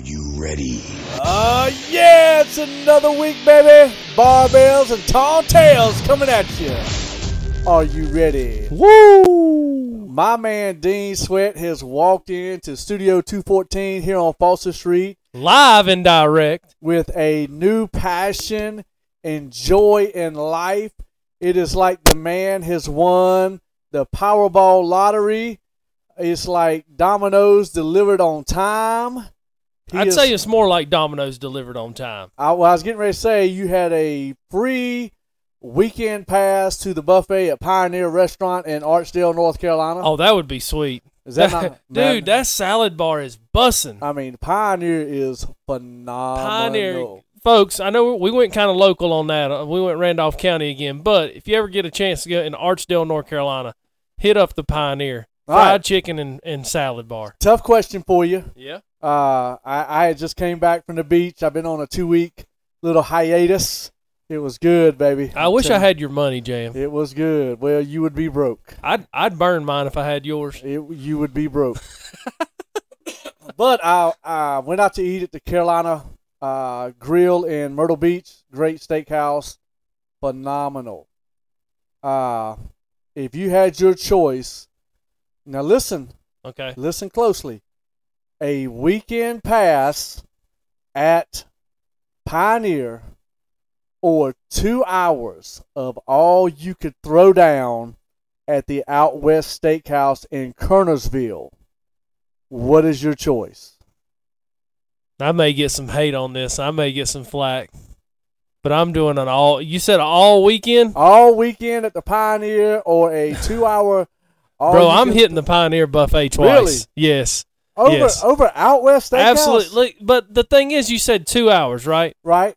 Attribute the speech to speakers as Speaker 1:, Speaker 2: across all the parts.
Speaker 1: you ready?
Speaker 2: Uh, yeah, it's another week, baby. Barbells and tall tales coming at you. Are you ready?
Speaker 3: Woo!
Speaker 2: My man Dean Sweat has walked into Studio 214 here on Foster Street
Speaker 3: Live and direct.
Speaker 2: with a new passion and joy in life. It is like the man has won the Powerball lottery. It's like dominoes delivered on time. He
Speaker 3: I'd
Speaker 2: is-
Speaker 3: say it's more like Domino's delivered on time.
Speaker 2: I, well, I was getting ready to say you had a free weekend pass to the buffet at Pioneer Restaurant in Archdale, North Carolina.
Speaker 3: Oh, that would be sweet.
Speaker 2: Is Uh-huh. that not
Speaker 3: Dude,
Speaker 2: man,
Speaker 3: that salad bar is bussin'.
Speaker 2: I mean, Pioneer is phenomenal.
Speaker 3: Pioneer. Folks, I know we went kind of local on that. Uh, We went Randolph County again, but if you ever get a chance to go in Archdale, North Carolina, hit up the Pioneer
Speaker 2: All
Speaker 3: fried
Speaker 2: right.
Speaker 3: chicken and, and salad bar.
Speaker 2: Tough question for you.
Speaker 3: Yeah.
Speaker 2: Uh, I, I had just came back from the beach. I've been on a two week little hiatus. It was good, baby.
Speaker 3: I wish I had your money, Jam.
Speaker 2: It was good. Well, you would be broke.
Speaker 3: I'd I'd burn mine if I had yours.
Speaker 2: It, you would be broke. but I, I went out to eat at the Carolina uh, Grill in Myrtle Beach. Great steakhouse. Phenomenal. Uh, if you had your choice, now listen,
Speaker 3: Okay.
Speaker 2: listen closely. A weekend pass at Pioneer or two hours of all you could throw down at the Out West Steakhouse in Kernersville. What is your choice?
Speaker 3: I may get some hate on this. I may get some flack. But I'm doing an all you said all weekend?
Speaker 2: All weekend at the Pioneer or a two hour. all
Speaker 3: Bro,
Speaker 2: you
Speaker 3: I'm
Speaker 2: can-
Speaker 3: hitting the Pioneer Buffet twice.
Speaker 2: Really?
Speaker 3: Yes.
Speaker 2: over,
Speaker 3: yes.
Speaker 2: over Out West Steakhouse.
Speaker 3: Absolutely. But the thing is, you said two hours, right?
Speaker 2: Right?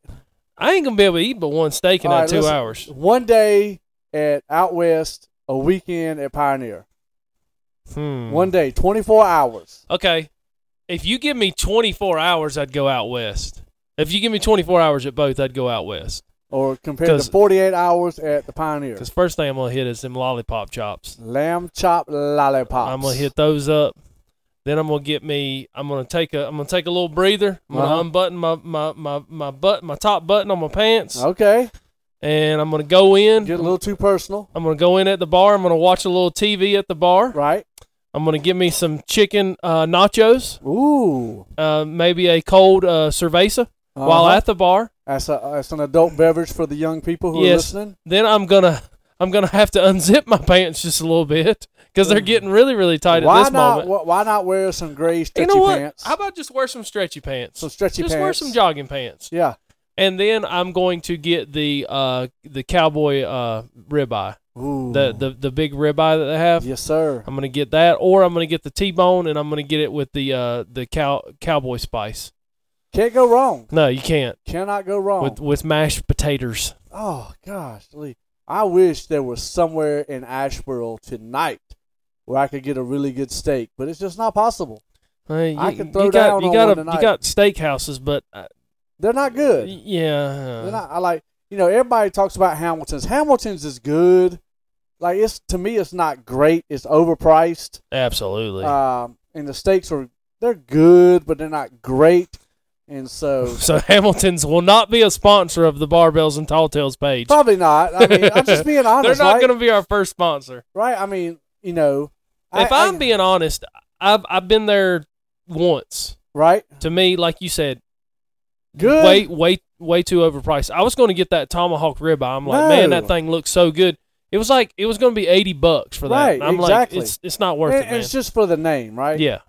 Speaker 3: I ain't going to be able to eat but one steak in
Speaker 2: All
Speaker 3: that
Speaker 2: right,
Speaker 3: two
Speaker 2: listen.
Speaker 3: hours.
Speaker 2: One day at Out West, a weekend at Pioneer.
Speaker 3: Hmm.
Speaker 2: One day, 24 hours.
Speaker 3: Okay. If you give me 24 hours, I'd go out west. If you give me 24 hours at both, I'd go out west.
Speaker 2: or compared to
Speaker 3: Because-
Speaker 2: 48 hours at the Pioneer.
Speaker 3: Because first thing I'm going to hit is them lollipop chops.
Speaker 2: Lamb chop lollipops.
Speaker 3: I'm going to hit those up. Then I'm gonna get me. I'm gonna take a. I'm gonna take a little breather. I'm
Speaker 2: Uh-huh.
Speaker 3: gonna unbutton my my my my butt my top button on my pants,
Speaker 2: Okay,
Speaker 3: and I'm gonna go in.
Speaker 2: get a little too personal,
Speaker 3: I'm gonna go in at the bar. I'm gonna watch a little TV at the bar.
Speaker 2: right?
Speaker 3: I'm gonna give me some chicken uh, nachos,
Speaker 2: Ooh,
Speaker 3: uh, maybe a cold uh, cerveza while
Speaker 2: Uh-huh.
Speaker 3: at the bar.
Speaker 2: that's a that's an adult beverage for the young people who
Speaker 3: Yes.
Speaker 2: are listening.
Speaker 3: Then I'm gonna I'm gonna have to unzip my pants just a little bit because they're getting really really tight
Speaker 2: why
Speaker 3: at this
Speaker 2: not?
Speaker 3: moment.
Speaker 2: wh- Why not wear some gray
Speaker 3: you
Speaker 2: stretchy
Speaker 3: know what?
Speaker 2: pants?
Speaker 3: How about just wear some stretchy pants?
Speaker 2: some stretchy
Speaker 3: just
Speaker 2: pants.
Speaker 3: wear some jogging pants,
Speaker 2: Yeah.
Speaker 3: and then I'm going to get the uh, the cowboy uh, ribeye,
Speaker 2: Ooh.
Speaker 3: the, the the big ribeye that they have.
Speaker 2: yes, sir.
Speaker 3: I'm gonna get that, or I'm gonna get the T-bone, and I'm gonna get it with the uh, the cow cowboy spice.
Speaker 2: Can't go wrong.
Speaker 3: No, you can't
Speaker 2: Cannot go wrong.
Speaker 3: with with mashed potatoes.
Speaker 2: Oh gosh, Lee. I wish there was somewhere in Asheboro tonight where I could get a really good steak, but it's just not possible.
Speaker 3: Hey, Uh, you,
Speaker 2: I can throw
Speaker 3: you
Speaker 2: down
Speaker 3: got, you
Speaker 2: on
Speaker 3: got
Speaker 2: one
Speaker 3: a-
Speaker 2: tonight.
Speaker 3: you got steakhouses, but uh,
Speaker 2: They're not good.
Speaker 3: yeah,
Speaker 2: Then I, I like, you know, everybody talks about Hamilton's. Hamilton's is good. Like it's to me, it's not great. It's overpriced,
Speaker 3: absolutely.
Speaker 2: um, and the steaks are they're good, but they're not great. And so
Speaker 3: so Hamilton's will not be a sponsor of the Barbells and Tall Tales page.
Speaker 2: probably not. I mean, I'm just being honest,
Speaker 3: They're not
Speaker 2: right?
Speaker 3: going to be our first sponsor.
Speaker 2: right? I mean, you know, I-
Speaker 3: if I'm
Speaker 2: I-
Speaker 3: being honest, I've I've been there once.
Speaker 2: right,
Speaker 3: To me, like you said,
Speaker 2: good.
Speaker 3: way way way too overpriced. I was going to get that tomahawk ribeye. I'm like, man,
Speaker 2: No.
Speaker 3: that thing looks so good. It was like it was going to be eighty bucks for that.
Speaker 2: Right,
Speaker 3: And I'm
Speaker 2: exactly.
Speaker 3: like, it's it's not worth
Speaker 2: and,
Speaker 3: it,
Speaker 2: and
Speaker 3: man.
Speaker 2: it's just for the name, right?
Speaker 3: yeah,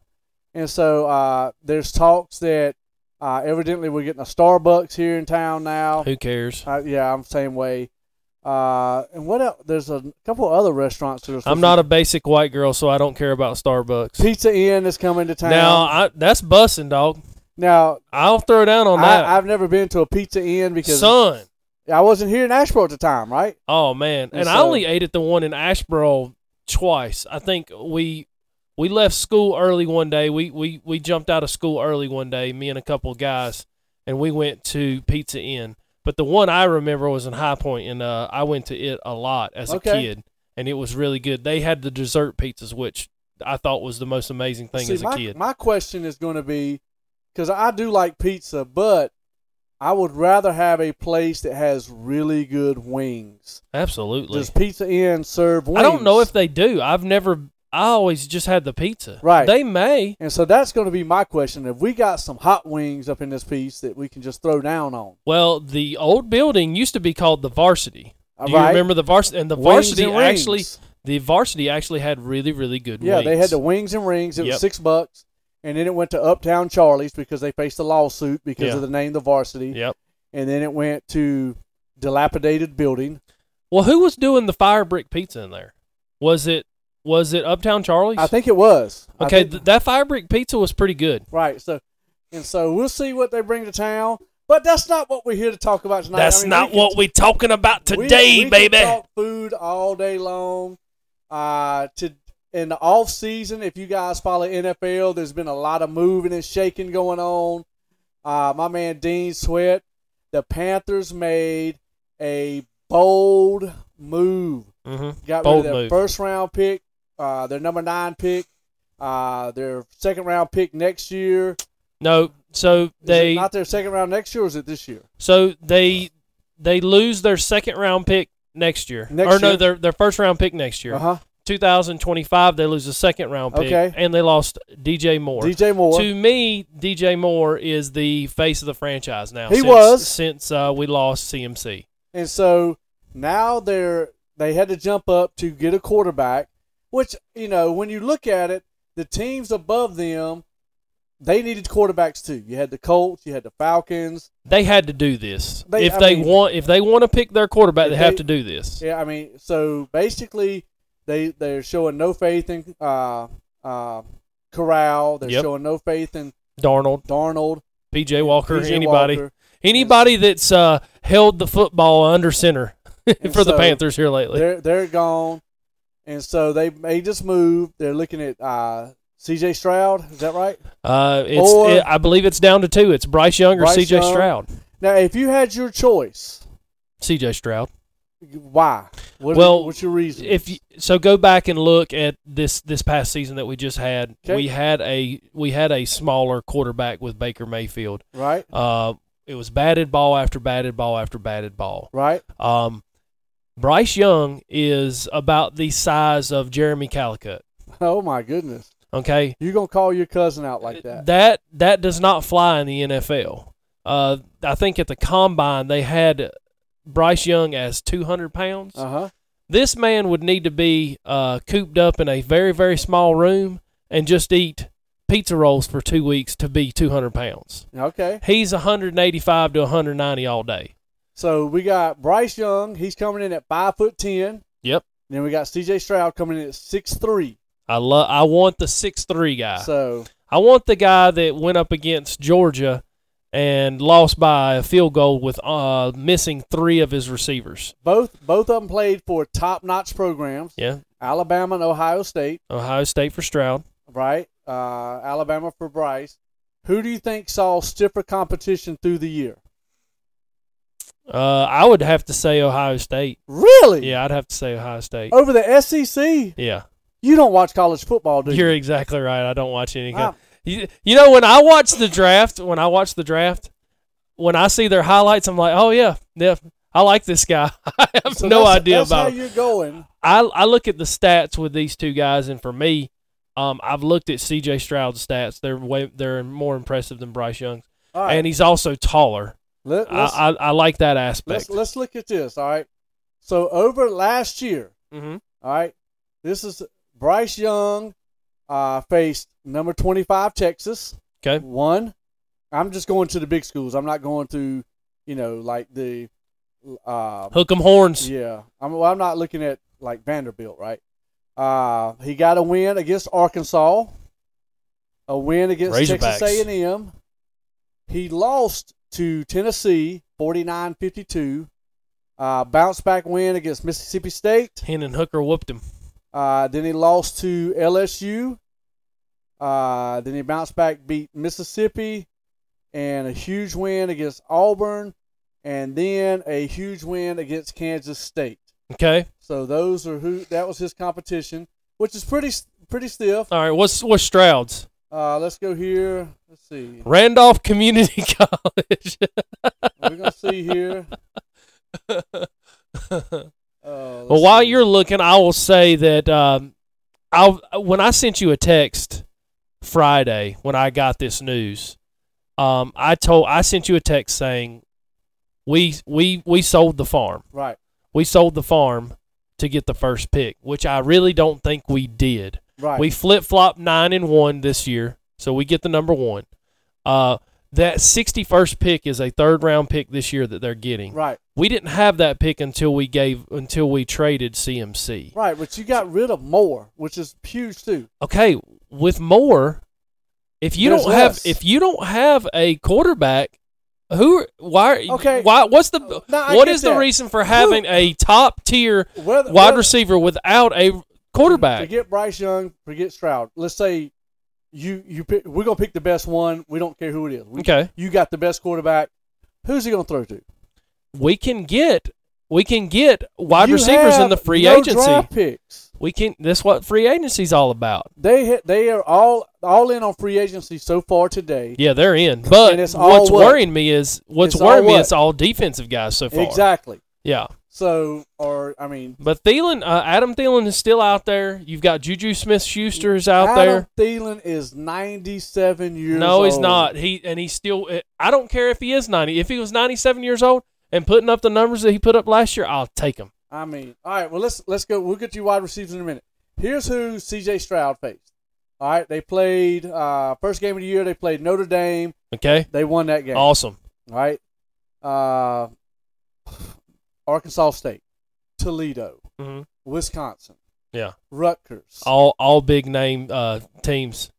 Speaker 2: And so uh, there's talks that uh, evidently we're getting a Starbucks here in town now.
Speaker 3: who cares?
Speaker 2: I, yeah, I'm same way. Uh, and what else? There's a couple other restaurants that are.
Speaker 3: I'm not a basic white girl, so I don't care about Starbucks.
Speaker 2: Pizza Inn is coming to town.
Speaker 3: Now I, that's bussing, dog.
Speaker 2: now
Speaker 3: I'll throw down on that.
Speaker 2: I, I've never been to a Pizza Inn because
Speaker 3: Son,
Speaker 2: I wasn't here in Asheville at the time, right?
Speaker 3: oh man,
Speaker 2: And
Speaker 3: and I
Speaker 2: so-
Speaker 3: only ate at the one in Asheboro twice. I think we we left school early one day. We we we jumped out of school early one day. Me and a couple of guys, and we went to Pizza Inn. But the one I remember was in High Point, and uh, I went to it a lot as
Speaker 2: Okay.
Speaker 3: a kid, and it was really good. They had the dessert pizzas, which I thought was the most amazing thing
Speaker 2: See,
Speaker 3: as a
Speaker 2: my,
Speaker 3: kid.
Speaker 2: my question is going to be, because I do like pizza, but I would rather have a place that has really good wings.
Speaker 3: Absolutely.
Speaker 2: Does Pizza Inn serve wings?
Speaker 3: I don't know if they do. I've never. I always just had the pizza.
Speaker 2: Right.
Speaker 3: They may.
Speaker 2: And so that's going to be my question. If we got some hot wings up in this piece that we can just throw down on,
Speaker 3: Well, the old building used to be called the Varsity.
Speaker 2: all
Speaker 3: Do
Speaker 2: right?
Speaker 3: you remember the Varsity? And the
Speaker 2: Wings
Speaker 3: Varsity
Speaker 2: and rings.
Speaker 3: actually, the Varsity actually had really, really good.
Speaker 2: yeah, they had
Speaker 3: wings.
Speaker 2: the wings and rings. It
Speaker 3: Yep.
Speaker 2: was six bucks, and then it went to Uptown Charlie's because they faced a lawsuit because
Speaker 3: Yeah.
Speaker 2: of the name, the varsity,
Speaker 3: Yep.
Speaker 2: and then it went to dilapidated building.
Speaker 3: Well, who was doing the fire brick pizza in there? Was it was it Uptown Charlie's?
Speaker 2: I think it was I
Speaker 3: okay,
Speaker 2: think-
Speaker 3: th- that fire brick pizza was pretty good.
Speaker 2: Right. So, and so we'll see what they bring to town. But that's not what we're here to talk about tonight.
Speaker 3: That's
Speaker 2: I mean,
Speaker 3: not
Speaker 2: we can-
Speaker 3: what we're talking about
Speaker 2: we-
Speaker 3: today,
Speaker 2: we can
Speaker 3: baby.
Speaker 2: talk food all day long. Uh, to in the off season, if you guys follow NFL, there's been a lot of moving and shaking going on. Uh, my man Dean Sweat, the Panthers made a bold move
Speaker 3: hmm
Speaker 2: got
Speaker 3: Bold
Speaker 2: rid of their
Speaker 3: move.
Speaker 2: first round pick, uh, their number nine pick, uh, their second round pick next year.
Speaker 3: No, so
Speaker 2: Is it
Speaker 3: they
Speaker 2: not their second round next year, or is it this year?
Speaker 3: so they they lose their second round pick next year,
Speaker 2: Next
Speaker 3: or no,
Speaker 2: year?
Speaker 3: their their first round pick next year,
Speaker 2: Uh huh.
Speaker 3: 2025. They lose a second round pick,
Speaker 2: Okay.
Speaker 3: and they lost DJ Moore.
Speaker 2: DJ Moore.
Speaker 3: To me, DJ Moore is the face of the franchise now.
Speaker 2: He
Speaker 3: since,
Speaker 2: was.
Speaker 3: since uh, we lost CMC.
Speaker 2: And so now they're they had to jump up to get a quarterback, which you know when you look at it, the teams above them, they needed quarterbacks too. You had the Colts, you had the Falcons.
Speaker 3: They had to do this
Speaker 2: They-
Speaker 3: if
Speaker 2: I
Speaker 3: they
Speaker 2: mean-
Speaker 3: want if they want to pick their quarterback.
Speaker 2: If
Speaker 3: They, have
Speaker 2: they-
Speaker 3: to do this.
Speaker 2: Yeah, I mean, so basically, they they're showing no faith in uh, uh, Corral. They're
Speaker 3: Yep.
Speaker 2: showing no faith in
Speaker 3: Darnold,
Speaker 2: Darnold,
Speaker 3: PJ Walker,
Speaker 2: P.J.
Speaker 3: anybody,
Speaker 2: Walker.
Speaker 3: anybody that's uh, held the football under center
Speaker 2: And
Speaker 3: for the
Speaker 2: so
Speaker 3: Panthers here lately.
Speaker 2: They're they're gone, and so they made this move. They're looking at uh, C.J. Stroud. Is that right?
Speaker 3: Uh, it's
Speaker 2: Or-
Speaker 3: it- I believe it's down to two. It's Bryce Young or
Speaker 2: Bryce
Speaker 3: C.J.
Speaker 2: Young.
Speaker 3: Stroud.
Speaker 2: Now, if you had your choice,
Speaker 3: C.J. Stroud.
Speaker 2: why? What
Speaker 3: Well,
Speaker 2: what's your reason?
Speaker 3: If you, so, go back and look at this this past season that we just had.
Speaker 2: Okay.
Speaker 3: We had a we had a smaller quarterback with Baker Mayfield.
Speaker 2: right,
Speaker 3: Uh, it was batted ball after batted ball after batted ball.
Speaker 2: right,
Speaker 3: Um, Bryce Young is about the size of Jeremy Calicut.
Speaker 2: oh my goodness,
Speaker 3: Okay,
Speaker 2: you gonna call your cousin out like that?
Speaker 3: that that does not fly in the NFL. Uh, I think at the combine they had Bryce Young as 200 pounds.
Speaker 2: Uh huh.
Speaker 3: this man would need to be uh, cooped up in a very very small room and just eat pizza rolls for two weeks to be 200 pounds.
Speaker 2: Okay.
Speaker 3: He's 185 to 190 all day.
Speaker 2: So we got Bryce Young. He's coming in at five foot ten.
Speaker 3: Yep.
Speaker 2: Then we got C.J. Stroud coming in at six three.
Speaker 3: I love. I want the six three guy.
Speaker 2: So
Speaker 3: I want the guy that went up against Georgia and lost by a field goal with uh, missing three of his receivers.
Speaker 2: both both of them played for top notch programs,
Speaker 3: Yeah,
Speaker 2: Alabama and Ohio State,
Speaker 3: Ohio State for Stroud.
Speaker 2: right? Uh, Alabama for Bryce. Who do you think saw stiffer competition through the year?
Speaker 3: Uh, I would have to say Ohio State.
Speaker 2: Really?
Speaker 3: Yeah, I'd have to say Ohio State.
Speaker 2: Over the E SEC?
Speaker 3: Yeah,
Speaker 2: You don't watch college football, do you?
Speaker 3: you're exactly right. I don't watch any.
Speaker 2: Wow.
Speaker 3: kind- You, you know when I watch the draft, when I watch the draft, when I see their highlights, I'm like, oh yeah, yeah, I like this guy. I have
Speaker 2: So
Speaker 3: no
Speaker 2: that's-
Speaker 3: idea
Speaker 2: that's
Speaker 3: about him.
Speaker 2: how you're going.
Speaker 3: I I look at the stats with these two guys, and for me, um, I've looked at C.J. Stroud's stats. They're way they're more impressive than Bryce Young's,
Speaker 2: All right.
Speaker 3: and he's also taller.
Speaker 2: Let,
Speaker 3: I,
Speaker 2: us
Speaker 3: I I like that aspect.
Speaker 2: let's let's look at this. All right. So over last year,
Speaker 3: hmm
Speaker 2: All right. This is Bryce Young uh, faced number 25 Texas.
Speaker 3: Okay.
Speaker 2: One. I'm just going to the big schools. I'm not going to, you know, like the. Uh,
Speaker 3: Hook 'em horns.
Speaker 2: yeah. I'm, well, I'm not looking at like Vanderbilt, right? Uh, he got a win against Arkansas, a win against Texas
Speaker 3: Razorbacks.
Speaker 2: A&M. He lost to Tennessee 49-52. Uh, bounce back win against Mississippi State.
Speaker 3: Hen and Hooker whooped him.
Speaker 2: Uh, then he lost to LSU. Uh, then he bounced back, beat Mississippi, and a huge win against Auburn, and then a huge win against Kansas State.
Speaker 3: Okay.
Speaker 2: So those are who that was his competition, which is pretty pretty stiff.
Speaker 3: All right. What's what's Stroud's?
Speaker 2: Uh, let's go here. Let's see.
Speaker 3: Randolph Community College.
Speaker 2: We're gonna see here. Uh,
Speaker 3: Well, while you're looking, I will say that um, I when I sent you a text Friday when I got this news, um, I told I sent you a text saying we we we sold the farm.
Speaker 2: right,
Speaker 3: We sold the farm to get the first pick, which I really don't think we did.
Speaker 2: right,
Speaker 3: We flip flop nine and one this year, so we get the number one. Uh, that sixty first pick is a third round pick this year that they're getting
Speaker 2: right,
Speaker 3: we didn't have that pick until we gave until we traded CMC.
Speaker 2: right. But you got rid of Moore, which is huge too.
Speaker 3: Okay, with Moore, if you
Speaker 2: There's
Speaker 3: don't have
Speaker 2: less.
Speaker 3: if you don't have a quarterback, who why are you-
Speaker 2: Okay. Uh,
Speaker 3: why what's the
Speaker 2: No, I
Speaker 3: what
Speaker 2: get
Speaker 3: is
Speaker 2: that.
Speaker 3: the reason for having a top tier
Speaker 2: Whether,
Speaker 3: wide
Speaker 2: whether-
Speaker 3: receiver without a quarterback?
Speaker 2: Forget Bryce Young. Forget Stroud. Let's say you you pick, we're gonna pick the best one. We don't care who it is. We-
Speaker 3: Okay.
Speaker 2: You got the best quarterback. Who's he gonna throw to?
Speaker 3: We can get we can get wide
Speaker 2: You
Speaker 3: receivers in
Speaker 2: have
Speaker 3: the free
Speaker 2: no
Speaker 3: agency.
Speaker 2: Draft picks.
Speaker 3: We can that's what free agency's all about.
Speaker 2: They ha- they are all all in on free agency so far today.
Speaker 3: Yeah, they're in. But
Speaker 2: And it's all
Speaker 3: what's
Speaker 2: what?
Speaker 3: worrying me is what's
Speaker 2: It's all
Speaker 3: worrying me
Speaker 2: what?
Speaker 3: is all defensive guys so far.
Speaker 2: exactly.
Speaker 3: Yeah,
Speaker 2: So or I mean,
Speaker 3: but Thielen, uh, Adam Thielen is still out there. You've got Juju Smith-Schuster is out
Speaker 2: Adam Thielen is ninety seven years.
Speaker 3: there. No, he's
Speaker 2: old.
Speaker 3: not. He and he's still. eh, I don't care if he is ninety. If he was ninety-seven years old and putting up the numbers that he put up last year, I'll take him.
Speaker 2: I mean, all right. Well, let's let's go. We'll get you wide receivers in a minute. Here's who C.J. Stroud faced. All right, they played uh, first game of the year. They played Notre Dame.
Speaker 3: Okay,
Speaker 2: They won that game. All
Speaker 3: awesome.
Speaker 2: right. Uh, Arkansas State, Toledo,
Speaker 3: Mhm.
Speaker 2: Wisconsin.
Speaker 3: Yeah.
Speaker 2: Rutgers.
Speaker 3: All all big name uh, teams.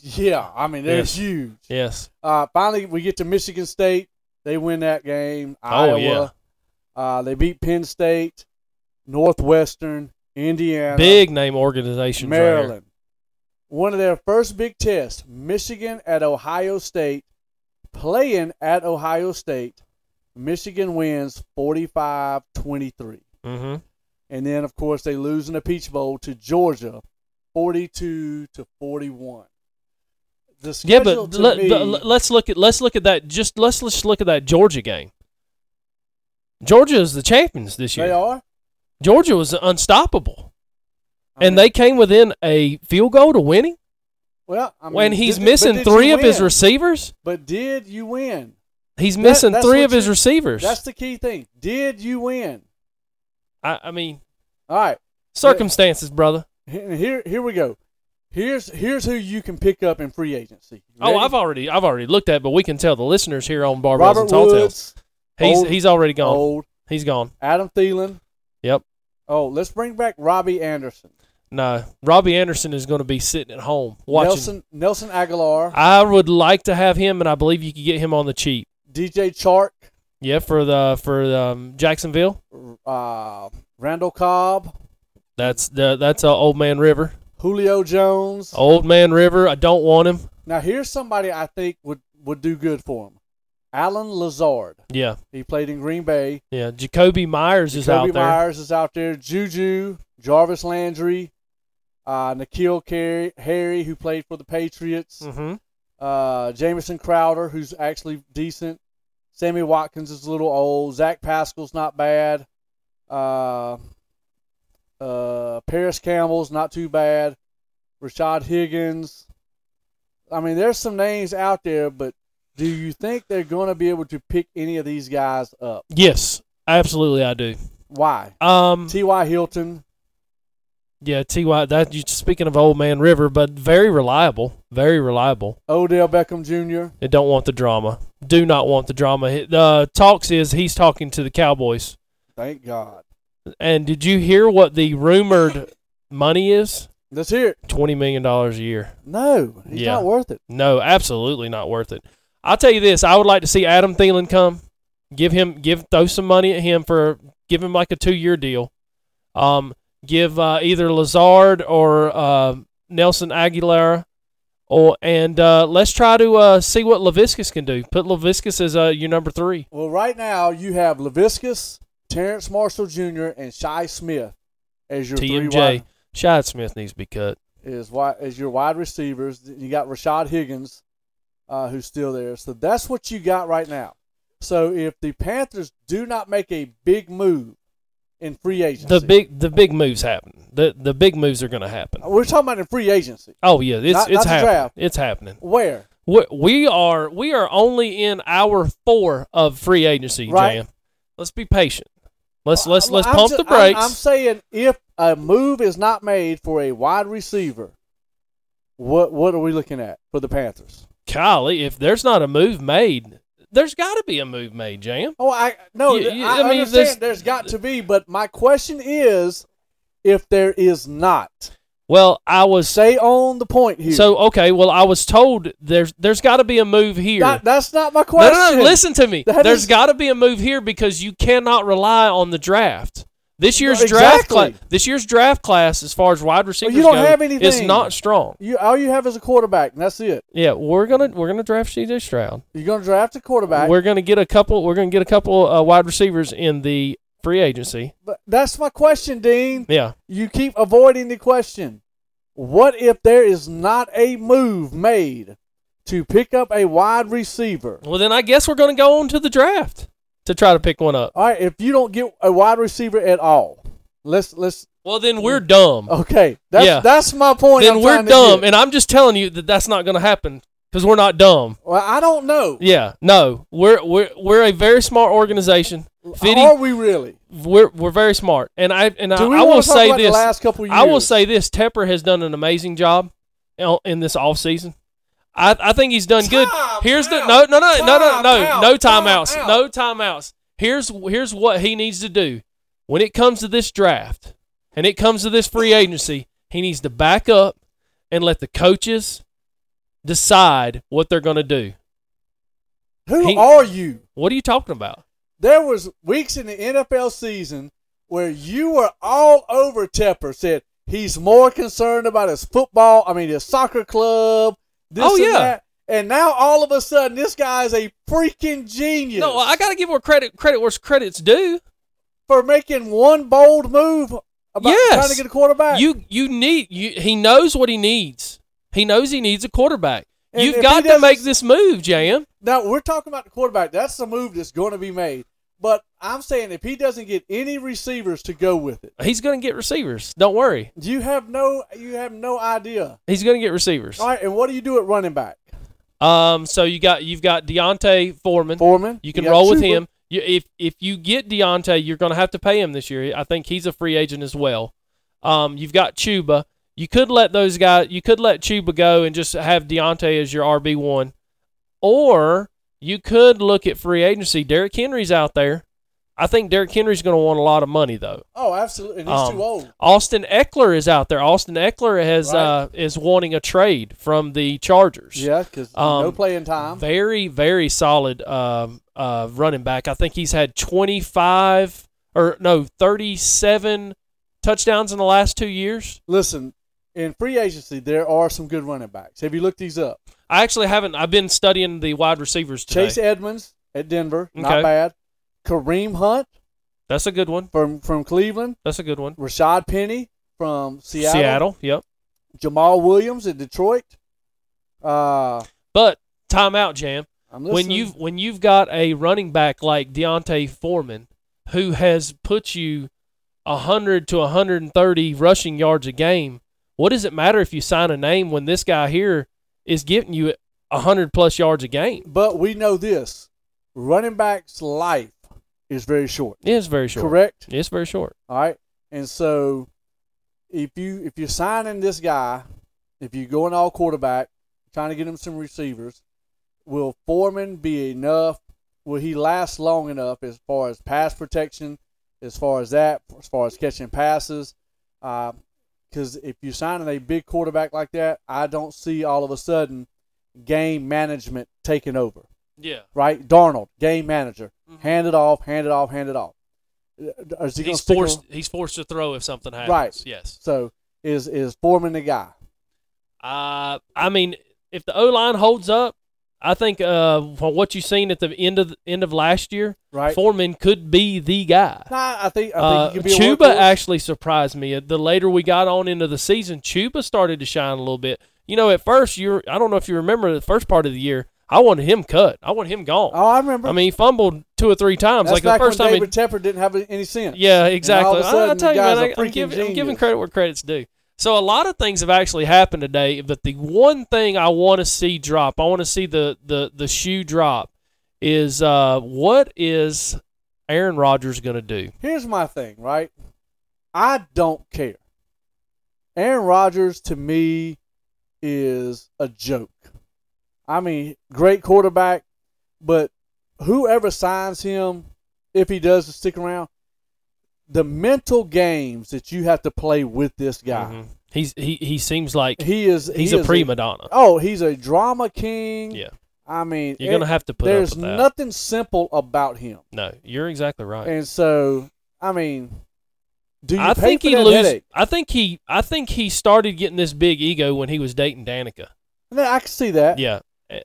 Speaker 2: yeah, I mean they're
Speaker 3: Yes.
Speaker 2: huge.
Speaker 3: Yes.
Speaker 2: Uh, finally, we get to Michigan State. They win that game.
Speaker 3: Oh,
Speaker 2: Iowa.
Speaker 3: yeah.
Speaker 2: Uh, they beat Penn State, Northwestern, Indiana.
Speaker 3: Big name organizations. right here.
Speaker 2: Maryland. One of their first big tests, Michigan at Ohio State, playing at Ohio State. Michigan wins 45 23.
Speaker 3: Mhm.
Speaker 2: And then, of course, they lose in the Peach Bowl to Georgia 42 to 41. The
Speaker 3: Yeah,
Speaker 2: schedule
Speaker 3: but
Speaker 2: to
Speaker 3: let,
Speaker 2: me,
Speaker 3: but le- let's look at let's look at that. Just let's let's look at that Georgia game. Georgia is the champions this
Speaker 2: they
Speaker 3: year.
Speaker 2: are.
Speaker 3: Georgia was unstoppable,
Speaker 2: I
Speaker 3: and
Speaker 2: mean,
Speaker 3: they came within a field goal to winning.
Speaker 2: well, I mean,
Speaker 3: when he's
Speaker 2: did- but
Speaker 3: missing
Speaker 2: did
Speaker 3: three
Speaker 2: you
Speaker 3: of his
Speaker 2: win?
Speaker 3: receivers,
Speaker 2: But did you win?
Speaker 3: he's
Speaker 2: That-
Speaker 3: missing
Speaker 2: that's
Speaker 3: three
Speaker 2: what
Speaker 3: of his
Speaker 2: you-
Speaker 3: receivers.
Speaker 2: That's the key thing. Did you win?
Speaker 3: I, I mean,
Speaker 2: All right.
Speaker 3: circumstances, brother.
Speaker 2: Here- Here, here we go. Here's here's who you can pick up in free agency.
Speaker 3: Oh,
Speaker 2: Ready?
Speaker 3: I've already I've already looked at, but we can tell the listeners here on Barbells
Speaker 2: Robert
Speaker 3: and Tall Tales.
Speaker 2: Woods,
Speaker 3: He's
Speaker 2: old-
Speaker 3: he's already gone.
Speaker 2: old
Speaker 3: He's gone.
Speaker 2: Adam Thielen.
Speaker 3: Yep.
Speaker 2: Oh, let's bring back Robbie Anderson,
Speaker 3: No, Robbie Anderson is going to be sitting at home watching.
Speaker 2: Nelson Nelson Aguilar,
Speaker 3: I would like to have him, and I believe you could get him on the cheap.
Speaker 2: DJ Chark,
Speaker 3: Yeah, for the for um, Jacksonville.
Speaker 2: uh, Randall Cobb,
Speaker 3: That's the that's uh, old man River.
Speaker 2: Julio Jones.
Speaker 3: Old man River. I don't want him.
Speaker 2: Now here's somebody I think would would do good for him. Alan Lazard.
Speaker 3: Yeah,
Speaker 2: He played in Green Bay.
Speaker 3: yeah. Jacoby Myers is
Speaker 2: Jacoby
Speaker 3: out there.
Speaker 2: Myers is out there. Juju, Jarvis Landry, uh, Nikhil Carey, Harry, who played for the Patriots,
Speaker 3: Mm-hmm.
Speaker 2: uh, Jamison Crowder, who's actually decent. Sammy Watkins is a little old. Zach Pascal's not bad. Uh, uh, Paris Campbell's not too bad. Rashad Higgins. I mean, there's some names out there, but do you think they're going to be able to pick any of these guys up?
Speaker 3: Yes, absolutely, I do.
Speaker 2: Why?
Speaker 3: Um,
Speaker 2: T.Y. Hilton.
Speaker 3: yeah, Ty. That you speaking of old man River, but very reliable, very reliable.
Speaker 2: Odell Beckham Jr.
Speaker 3: They don't want the drama. Do not want the drama. He- The talks is he's talking to the Cowboys.
Speaker 2: Thank God.
Speaker 3: And did you hear what the rumored money is?
Speaker 2: Let's hear it.
Speaker 3: Twenty million dollars a year.
Speaker 2: No, he's
Speaker 3: Yeah.
Speaker 2: not worth it.
Speaker 3: No, absolutely not worth it. I'll tell you this: I would like to see Adam Thielen come. Give him, give throw some money at him for give him like a two year deal. Um, give uh, either Lazard or uh, Nelson Aguilera, or and uh, let's try to uh, see what Laviscus can do. Put Laviscus as uh, your number three.
Speaker 2: Well, right now you have Laviscus, Terrence Marshall Jr., and Shai Smith as your three
Speaker 3: TMJ
Speaker 2: wide.
Speaker 3: Shad Smith needs to be cut.
Speaker 2: is why is your wide receivers. You got Rashad Higgins, uh, who's still there. So that's what you got right now. So if the Panthers do not make a big move in free agency,
Speaker 3: The big the big moves happen. The the big moves are going to happen.
Speaker 2: we're talking about in free agency.
Speaker 3: Oh yeah, it's
Speaker 2: Not-
Speaker 3: it's
Speaker 2: not the
Speaker 3: happening.
Speaker 2: draft.
Speaker 3: It's happening.
Speaker 2: Where
Speaker 3: We, we are we are only in hour four of free agency,
Speaker 2: Right.
Speaker 3: Jam. Let's be patient. Let's
Speaker 2: Well,
Speaker 3: let's
Speaker 2: I'm-
Speaker 3: let's
Speaker 2: I'm
Speaker 3: pump
Speaker 2: ju-
Speaker 3: the
Speaker 2: I'm-
Speaker 3: brakes.
Speaker 2: I'm, saying if a move is not made for a wide receiver, what what are we looking at for the Panthers?
Speaker 3: Golly, if there's not a move made, there's got to be a move made, Jam.
Speaker 2: Oh, I no,
Speaker 3: You-
Speaker 2: th-
Speaker 3: you-
Speaker 2: I,
Speaker 3: I mean,
Speaker 2: understand.
Speaker 3: this-
Speaker 2: there's got to be, but my question is, if there is not,
Speaker 3: Well, I was
Speaker 2: stay on the point here.
Speaker 3: so okay. Well, I was told there's there's got to be a move here.
Speaker 2: That- that's not my
Speaker 3: no,
Speaker 2: question.
Speaker 3: no, no, listen to me.
Speaker 2: That
Speaker 3: There's
Speaker 2: is-
Speaker 3: got to be a move here because you cannot rely on the draft. This year's draft
Speaker 2: exactly.
Speaker 3: class, this year's draft class, as far as wide receivers
Speaker 2: don't
Speaker 3: go,
Speaker 2: have
Speaker 3: is
Speaker 2: anything.
Speaker 3: not strong.
Speaker 2: You all you have is a quarterback, and that's it.
Speaker 3: Yeah, we're gonna we're gonna draft C.J. Stroud.
Speaker 2: You're gonna draft a quarterback.
Speaker 3: We're gonna get a couple. We're gonna get a couple uh, wide receivers in the free agency.
Speaker 2: But that's my question, Dean.
Speaker 3: Yeah,
Speaker 2: You keep avoiding the question. What if there is not a move made to pick up a wide receiver?
Speaker 3: Well, then I guess we're going to go on to the draft to try to pick one up.
Speaker 2: All right, if you don't get a wide receiver at all, let's let's
Speaker 3: Well, then we're dumb.
Speaker 2: okay. That's
Speaker 3: Yeah.
Speaker 2: that's my Oh, point.
Speaker 3: then
Speaker 2: I'm
Speaker 3: we're
Speaker 2: trying to
Speaker 3: dumb,
Speaker 2: get.
Speaker 3: and I'm just telling you that that's not going to happen because we're not dumb.
Speaker 2: well, I don't know.
Speaker 3: Yeah, no, we're we're we're a very smart organization. Fitty,
Speaker 2: Are we really?
Speaker 3: we're we're very smart, and I and I,
Speaker 2: Do we
Speaker 3: I
Speaker 2: wanna
Speaker 3: will
Speaker 2: talk
Speaker 3: say
Speaker 2: about
Speaker 3: this.
Speaker 2: The last couple years?
Speaker 3: I will say this: Tepper has done an amazing job in- in this offseason. I, I think he's done good.
Speaker 2: Time
Speaker 3: Here's the no
Speaker 2: out.
Speaker 3: no no no no
Speaker 2: Time
Speaker 3: no
Speaker 2: out.
Speaker 3: no
Speaker 2: Time
Speaker 3: timeouts
Speaker 2: out.
Speaker 3: no timeouts. Here's here's what he needs to do when it comes to this draft and it comes to this free agency. He needs to back up and let the coaches decide what they're going to do.
Speaker 2: Who
Speaker 3: he-
Speaker 2: are you?
Speaker 3: What are you talking about?
Speaker 2: There was weeks in the NFL season where you were all over Tepper. Said he's more concerned about his football. I mean, his soccer club. This
Speaker 3: Oh,
Speaker 2: and
Speaker 3: yeah.
Speaker 2: that. And now all of a sudden, this guy is a freaking genius
Speaker 3: No, I got to give where credit credit where credit's due.
Speaker 2: for making one bold move about
Speaker 3: Yes.
Speaker 2: trying to get a quarterback.
Speaker 3: You you need you he knows what he needs. He knows he needs a quarterback.
Speaker 2: And if
Speaker 3: You've
Speaker 2: he
Speaker 3: got to
Speaker 2: doesn't-
Speaker 3: make this move, Jam.
Speaker 2: Now we're talking about the quarterback. That's the move that's going to be made. But I'm saying if he doesn't get any receivers to go with it,
Speaker 3: He's going to get receivers. Don't worry.
Speaker 2: you have no you have no idea.
Speaker 3: He's going to get receivers.
Speaker 2: All right, and what do you do at running back?
Speaker 3: Um, so you got you've got Deontay Foreman.
Speaker 2: Foreman.
Speaker 3: You can
Speaker 2: got
Speaker 3: roll with
Speaker 2: Chuba.
Speaker 3: him. You, if if you get Deontay, you're going to have to pay him this year. I think he's a free agent as well. Um, you've got Chuba. You could let those guys. You could let Chuba go and just have Deontay as your RB one, or you could look at free agency. Derrick Henry's out there. I think Derrick Henry's going to want a lot of money though.
Speaker 2: Oh, absolutely. And he's
Speaker 3: Um,
Speaker 2: too old.
Speaker 3: Austin Eckler is out there. Austin Eckler has
Speaker 2: Right.
Speaker 3: uh, is wanting a trade from the Chargers.
Speaker 2: Yeah, because
Speaker 3: um,
Speaker 2: no playing time.
Speaker 3: Very, very solid um, uh, running back. I think he's had 25 or no, 37 touchdowns in the last two years.
Speaker 2: Listen, in free agency, there are some good running backs. Have you looked these up?
Speaker 3: I actually haven't. I've been studying the wide receivers today.
Speaker 2: Chase Edmonds at Denver,
Speaker 3: Okay.
Speaker 2: not bad. Kareem Hunt
Speaker 3: That's a good one.
Speaker 2: from from Cleveland.
Speaker 3: That's a good one.
Speaker 2: Rashad Penny from Seattle.
Speaker 3: Yep.
Speaker 2: Jamal Williams at Detroit. Uh,
Speaker 3: But timeout, Jam.
Speaker 2: I'm listening.
Speaker 3: when you've when you've got a running back like Deontay Foreman, who has put you hundred to hundred and thirty rushing yards a game, what does it matter if you sign a name when this guy here is getting you hundred plus yards a game?
Speaker 2: but we know this: running back's life is very short.
Speaker 3: It's very short.
Speaker 2: Correct.
Speaker 3: It's very short.
Speaker 2: All right, and so if you if you're signing this guy, if you go an all quarterback, trying to get him some receivers, will Foreman be enough? Will he last long enough as far as pass protection, as far as that, as far as catching passes? Because if you're signing a big quarterback like that, I don't see all of a sudden game management taking over
Speaker 3: Yeah.
Speaker 2: right? Darnold, game manager,
Speaker 3: Mhm.
Speaker 2: hand it off, hand it off, hand it off. Uh, Is he gonna
Speaker 3: He's
Speaker 2: stick
Speaker 3: forced
Speaker 2: ar-
Speaker 3: he's forced to throw if something happens.
Speaker 2: Right.
Speaker 3: Yes.
Speaker 2: So is is Foreman the guy?
Speaker 3: Uh I mean, if the O line holds up, I think uh, from what you seen at the end of end of last year,
Speaker 2: right?
Speaker 3: Foreman could be the guy.
Speaker 2: nah, I think I
Speaker 3: Uh,
Speaker 2: think you could be a
Speaker 3: Chuba
Speaker 2: workhorse.
Speaker 3: actually surprised me. The later we got on into the season, Chuba started to shine a little bit. You know, at first you're—I don't know if you remember the first part of the year. I wanted him cut. I wanted him gone.
Speaker 2: Oh, I remember.
Speaker 3: I mean, he fumbled two or three times.
Speaker 2: That's
Speaker 3: like the
Speaker 2: back
Speaker 3: first
Speaker 2: when
Speaker 3: time. he-
Speaker 2: David Tepper didn't have any sense.
Speaker 3: yeah, exactly.
Speaker 2: all of a
Speaker 3: I- I,
Speaker 2: sudden,
Speaker 3: tell you,
Speaker 2: the
Speaker 3: man,
Speaker 2: guy's
Speaker 3: I,
Speaker 2: a
Speaker 3: I'm,
Speaker 2: freaking
Speaker 3: giving, I'm giving
Speaker 2: genius.
Speaker 3: credit where credit's due. So a lot of things have actually happened today, but the one thing I want to see drop, I want to see the the the shoe drop, is uh, what is Aaron Rodgers going to do?
Speaker 2: Here's my thing, right? I don't care. Aaron Rodgers to me is a joke. I mean, great quarterback, but whoever signs him, if he does stick around, the mental games that you have to play with this guy.
Speaker 3: Mhm. He's he he seems like
Speaker 2: He is
Speaker 3: he's
Speaker 2: he
Speaker 3: a
Speaker 2: is
Speaker 3: prima donna.
Speaker 2: Oh, he's a drama king.
Speaker 3: Yeah,
Speaker 2: I mean,
Speaker 3: you're going to
Speaker 2: it-
Speaker 3: have to put up
Speaker 2: there's
Speaker 3: with that.
Speaker 2: nothing simple about him.
Speaker 3: no, you're exactly right.
Speaker 2: And so, I mean, do you
Speaker 3: I
Speaker 2: pay
Speaker 3: think
Speaker 2: for
Speaker 3: he
Speaker 2: that
Speaker 3: lose.
Speaker 2: headache?
Speaker 3: I think he I think he started getting this big ego when he was dating Danica.
Speaker 2: No, I can see that.
Speaker 3: Yeah,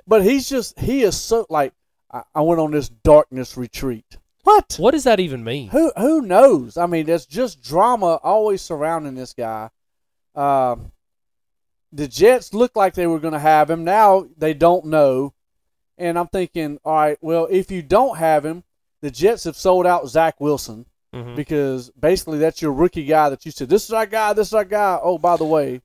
Speaker 2: But he's just he is so like I, I went on this darkness retreat. What?
Speaker 3: what does that even mean?
Speaker 2: Who who knows? I mean, there's just drama always surrounding this guy. Um, the Jets looked like they were going to have him. Now they don't know, and I'm thinking, all right, well, if you don't have him, the Jets have sold out Zach Wilson
Speaker 3: Mhm.
Speaker 2: because basically that's your rookie guy that you said this is our guy, this is our guy. Oh, by the way,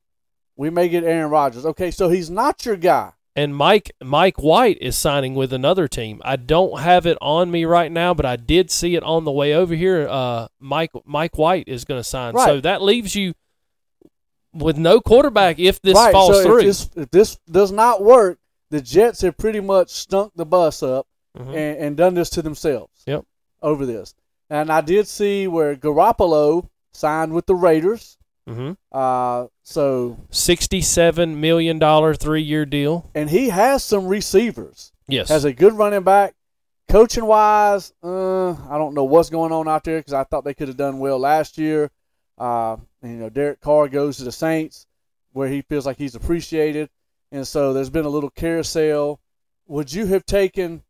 Speaker 2: we may get Aaron Rodgers. Okay, so he's not your guy.
Speaker 3: And Mike Mike White is signing with another team. I don't have it on me right now, but I did see it on the way over here. Uh, Mike Mike White is going to sign, so
Speaker 2: Right.
Speaker 3: that leaves you with no quarterback if this
Speaker 2: right,
Speaker 3: falls
Speaker 2: so
Speaker 3: through.
Speaker 2: If this, if this does not work, the Jets have pretty much stunk the bus up
Speaker 3: Mhm.
Speaker 2: and, and done this to themselves.
Speaker 3: Yep.
Speaker 2: Over this, and I did see where Garoppolo signed with the Raiders.
Speaker 3: Mhm.
Speaker 2: Uh, so
Speaker 3: Sixty-seven million dollar three-year deal.
Speaker 2: and he has some receivers.
Speaker 3: Yes,
Speaker 2: Has a good running back. Coaching wise, uh, I don't know what's going on out there because I thought they could have done well last year. Uh, and, you know, Derek Carr goes to the Saints where he feels like he's appreciated. And so there's been a little carousel. Would you have taken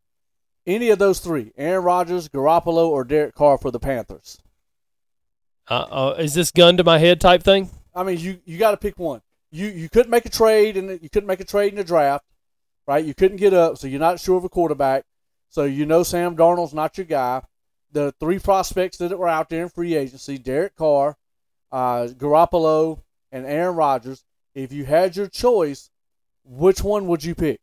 Speaker 2: any of those three, Aaron Rodgers, Garoppolo, or Derek Carr for the Panthers?
Speaker 3: uh, uh, is this gun to my head type thing?
Speaker 2: I mean, you, you got to pick one. You you couldn't make a trade and you couldn't make a trade in the draft, right? You couldn't get up, so you're not sure of a quarterback. So you know Sam Darnold's not your guy. The three prospects that were out there in free agency: Derek Carr, uh, Garoppolo, and Aaron Rodgers. If you had your choice, which one would you pick?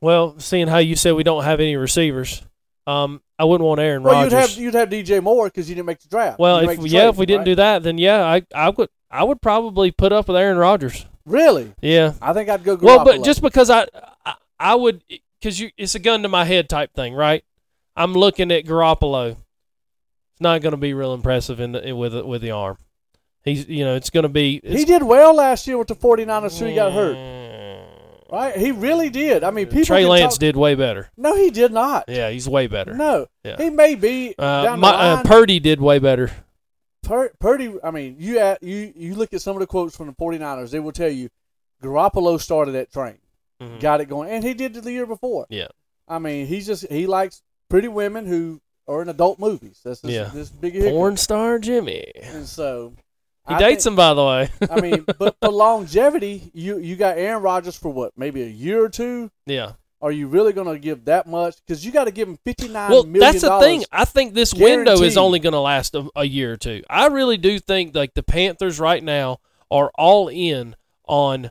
Speaker 3: Well, seeing how you said we don't have any receivers, um, I wouldn't want Aaron
Speaker 2: Well,
Speaker 3: Rodgers.
Speaker 2: you'd have you'd have DJ Moore because you didn't make the draft.
Speaker 3: well,
Speaker 2: You
Speaker 3: if
Speaker 2: make the
Speaker 3: yeah,
Speaker 2: trade,
Speaker 3: if we didn't
Speaker 2: right?
Speaker 3: do that, then yeah, I I would I would probably put up with Aaron Rodgers.
Speaker 2: really,
Speaker 3: Yeah.
Speaker 2: I think I'd go Garoppolo.
Speaker 3: Well, but just because I I, I would because you it's a gun to my head type thing, right? I'm looking at Garoppolo. It's not going to be real impressive in the, with with the arm. He's you know it's going to be it's,
Speaker 2: he did well last year with the 49ers. Sure, he got hurt.
Speaker 3: hurt.
Speaker 2: Right? He really did. I mean, people.
Speaker 3: Trey
Speaker 2: can
Speaker 3: Lance
Speaker 2: talk-
Speaker 3: did way better.
Speaker 2: No, he did not.
Speaker 3: Yeah, he's way better.
Speaker 2: No,
Speaker 3: Yeah.
Speaker 2: he may be
Speaker 3: Uh,
Speaker 2: down
Speaker 3: my,
Speaker 2: the line.
Speaker 3: uh, Purdy did way better.
Speaker 2: Pur- Purdy. I mean, you at, you you look at some of the quotes from the 49ers. They will tell you Garoppolo started that train, got it going, and he did it the year before.
Speaker 3: Hmm. Yeah.
Speaker 2: I mean, he's just he likes pretty women who are in adult movies. That's this,
Speaker 3: Yeah.
Speaker 2: this big hickey.
Speaker 3: Porn star Jimmy. He
Speaker 2: And so I
Speaker 3: dates
Speaker 2: think-
Speaker 3: him, by the way.
Speaker 2: I mean, but for longevity, you you got Aaron Rodgers for what? Maybe a year or two.
Speaker 3: yeah.
Speaker 2: Are you really going to give that much? Because you got to give him fifty nine
Speaker 3: Well,
Speaker 2: million
Speaker 3: that's the
Speaker 2: dollars.
Speaker 3: thing. I think this window is
Speaker 2: Guaranteed.
Speaker 3: only going to last a, a year or two. I really do think like the Panthers right now are all in on.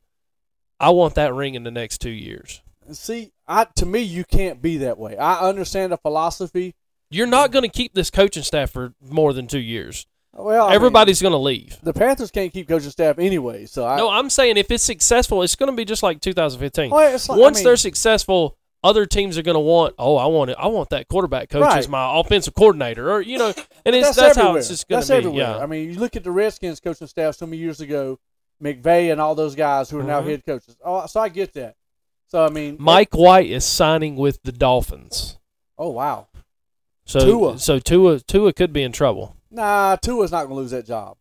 Speaker 3: I want that ring in the next two years.
Speaker 2: See, I to me you can't be that way. I understand the philosophy.
Speaker 3: You're not going to keep this coaching staff for more than two years.
Speaker 2: Well, I mean,
Speaker 3: Everybody's going to leave.
Speaker 2: the Panthers can't keep coaching staff anyway. So I,
Speaker 3: no, I'm saying if it's successful, it's going to be just like 2015.
Speaker 2: Well, it's like- I
Speaker 3: Once
Speaker 2: mean-
Speaker 3: they're successful, other teams are going to want. Oh, I want it. I want that quarterback coach as
Speaker 2: Right.
Speaker 3: my offensive coordinator, or you know, and it's,
Speaker 2: that's,
Speaker 3: that's, how
Speaker 2: everywhere.
Speaker 3: it's just going
Speaker 2: That's
Speaker 3: to be.
Speaker 2: everywhere.
Speaker 3: Yeah.
Speaker 2: I mean, you look at the Redskins coaching staff so many years ago, McVay and all those guys who are now
Speaker 3: Mhm.
Speaker 2: head coaches. Oh, so I get that. So I mean,
Speaker 3: Mike White is signing with the Dolphins.
Speaker 2: Oh wow,
Speaker 3: So
Speaker 2: Tua.
Speaker 3: so Tua Tua could be in trouble.
Speaker 2: nah, Tua's not going to lose that job.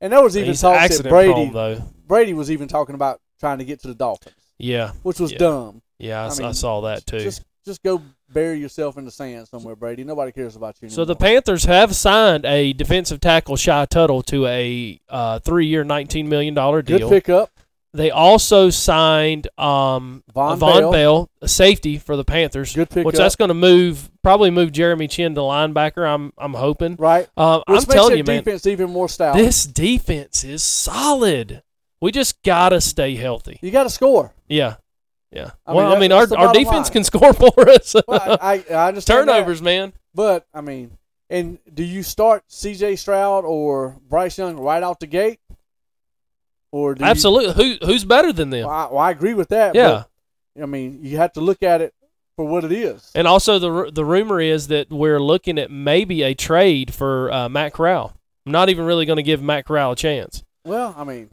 Speaker 2: And there was even
Speaker 3: He's
Speaker 2: talks that
Speaker 3: accident prone
Speaker 2: Brady
Speaker 3: though.
Speaker 2: Brady was even talking about trying to get to the Dolphins.
Speaker 3: Yeah,
Speaker 2: which was
Speaker 3: Yeah.
Speaker 2: dumb.
Speaker 3: yeah, I,
Speaker 2: I
Speaker 3: s- I
Speaker 2: mean,
Speaker 3: saw that too.
Speaker 2: Just just go bury yourself in the sand somewhere, Brady. Nobody cares about you.
Speaker 3: so the
Speaker 2: anymore.
Speaker 3: Panthers have signed a defensive tackle, Shy Tuttle, to a uh, three-year, nineteen million dollar
Speaker 2: good
Speaker 3: deal.
Speaker 2: pickup.
Speaker 3: They also signed um,
Speaker 2: Von,
Speaker 3: Bell.
Speaker 2: Bell,
Speaker 3: a safety for the Panthers,
Speaker 2: good pickup.
Speaker 3: which that's going to move probably move Jeremy Chin to linebacker. I'm I'm hoping.
Speaker 2: right.
Speaker 3: Um,
Speaker 2: Which
Speaker 3: I'm
Speaker 2: makes
Speaker 3: telling
Speaker 2: their
Speaker 3: you, man,
Speaker 2: defense even more stout.
Speaker 3: this defense is solid. We just gotta stay healthy.
Speaker 2: you got to score.
Speaker 3: Yeah, yeah.
Speaker 2: I
Speaker 3: well,
Speaker 2: mean,
Speaker 3: I mean,
Speaker 2: that's- that's
Speaker 3: our
Speaker 2: the
Speaker 3: our
Speaker 2: bottom
Speaker 3: defense
Speaker 2: line.
Speaker 3: can score for us.
Speaker 2: Well, I, I, I understand that.
Speaker 3: Turnovers, man.
Speaker 2: but I mean, and do you start C.J. Stroud or Bryce Young right out the gate, or do you-
Speaker 3: Absolutely. Who who's better than them?
Speaker 2: Well, I, well, I agree with that.
Speaker 3: yeah.
Speaker 2: but, I mean, you have to look at it for what it is.
Speaker 3: And also the ru- the rumor is that we're looking at maybe a trade for uh, Matt Corral. I'm not even really going to give Matt Corral a chance.
Speaker 2: Well, I mean,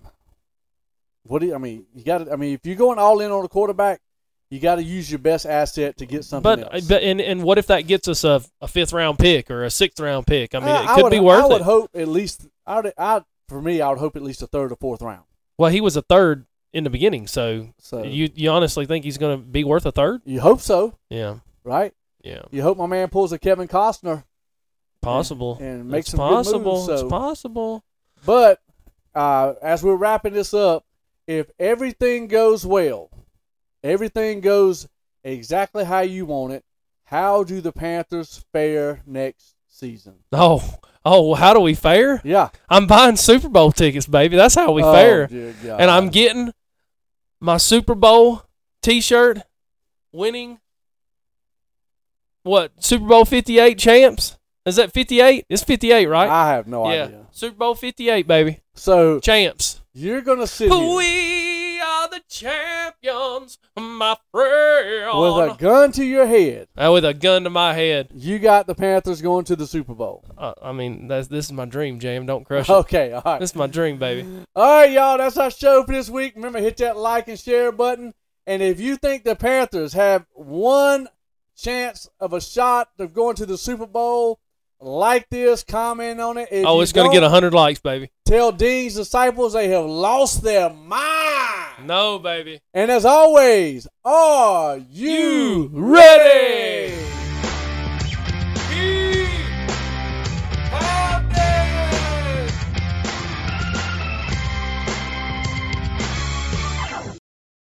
Speaker 2: what do you, I mean? You got to. I mean, if you're going all in on a quarterback, you got to use your best asset to get something
Speaker 3: But
Speaker 2: else.
Speaker 3: but and, and what if that gets us a, a fifth round pick or a sixth round pick? I mean, it could
Speaker 2: would,
Speaker 3: be worth
Speaker 2: I would
Speaker 3: it.
Speaker 2: hope at least. I, would, I for me, I would hope at least a third or fourth round.
Speaker 3: Well, he was a third in the beginning, so
Speaker 2: So you,
Speaker 3: you you honestly think he's going to be worth a third?
Speaker 2: you hope so,
Speaker 3: Yeah,
Speaker 2: right?
Speaker 3: yeah,
Speaker 2: You hope my man pulls a Kevin Costner
Speaker 3: possible.
Speaker 2: and makes
Speaker 3: it's
Speaker 2: some
Speaker 3: possible.
Speaker 2: good moves.
Speaker 3: It's
Speaker 2: So,
Speaker 3: possible.
Speaker 2: but uh, as we're wrapping this up, if everything goes well, everything goes exactly how you want it. How do the Panthers fare next season?
Speaker 3: Oh oh, how do we fare?
Speaker 2: Yeah,
Speaker 3: I'm buying Super Bowl tickets, baby. That's how we
Speaker 2: Oh,
Speaker 3: fare.
Speaker 2: dear God.
Speaker 3: and I'm getting my Super Bowl T-shirt, winning. What Super Bowl Fifty Eight champs? Is that Fifty Eight? It's Fifty Eight, right?
Speaker 2: I have no
Speaker 3: yeah,
Speaker 2: idea.
Speaker 3: Super Bowl Fifty Eight, baby,
Speaker 2: So
Speaker 3: champs.
Speaker 2: you're gonna sit here
Speaker 3: We are the champions, my friend.
Speaker 2: with a gun to your head.
Speaker 3: Uh, with a gun to my head.
Speaker 2: You got the Panthers going to the Super Bowl.
Speaker 3: Uh, I mean, that's this is my dream, Jam. Don't crush it.
Speaker 2: Okay, all right.
Speaker 3: This is my dream, baby.
Speaker 2: All right, y'all, that's our show for this week. Remember, hit that like and share button. And if you think the Panthers have one chance of a shot of going to the Super Bowl, like this, comment on it. If
Speaker 3: oh,
Speaker 2: you
Speaker 3: it's gonna get
Speaker 2: don't,
Speaker 3: hundred likes, baby.
Speaker 2: Tell Dean's disciples they have lost their mind.
Speaker 3: No, baby.
Speaker 2: And as always, are you
Speaker 3: ready?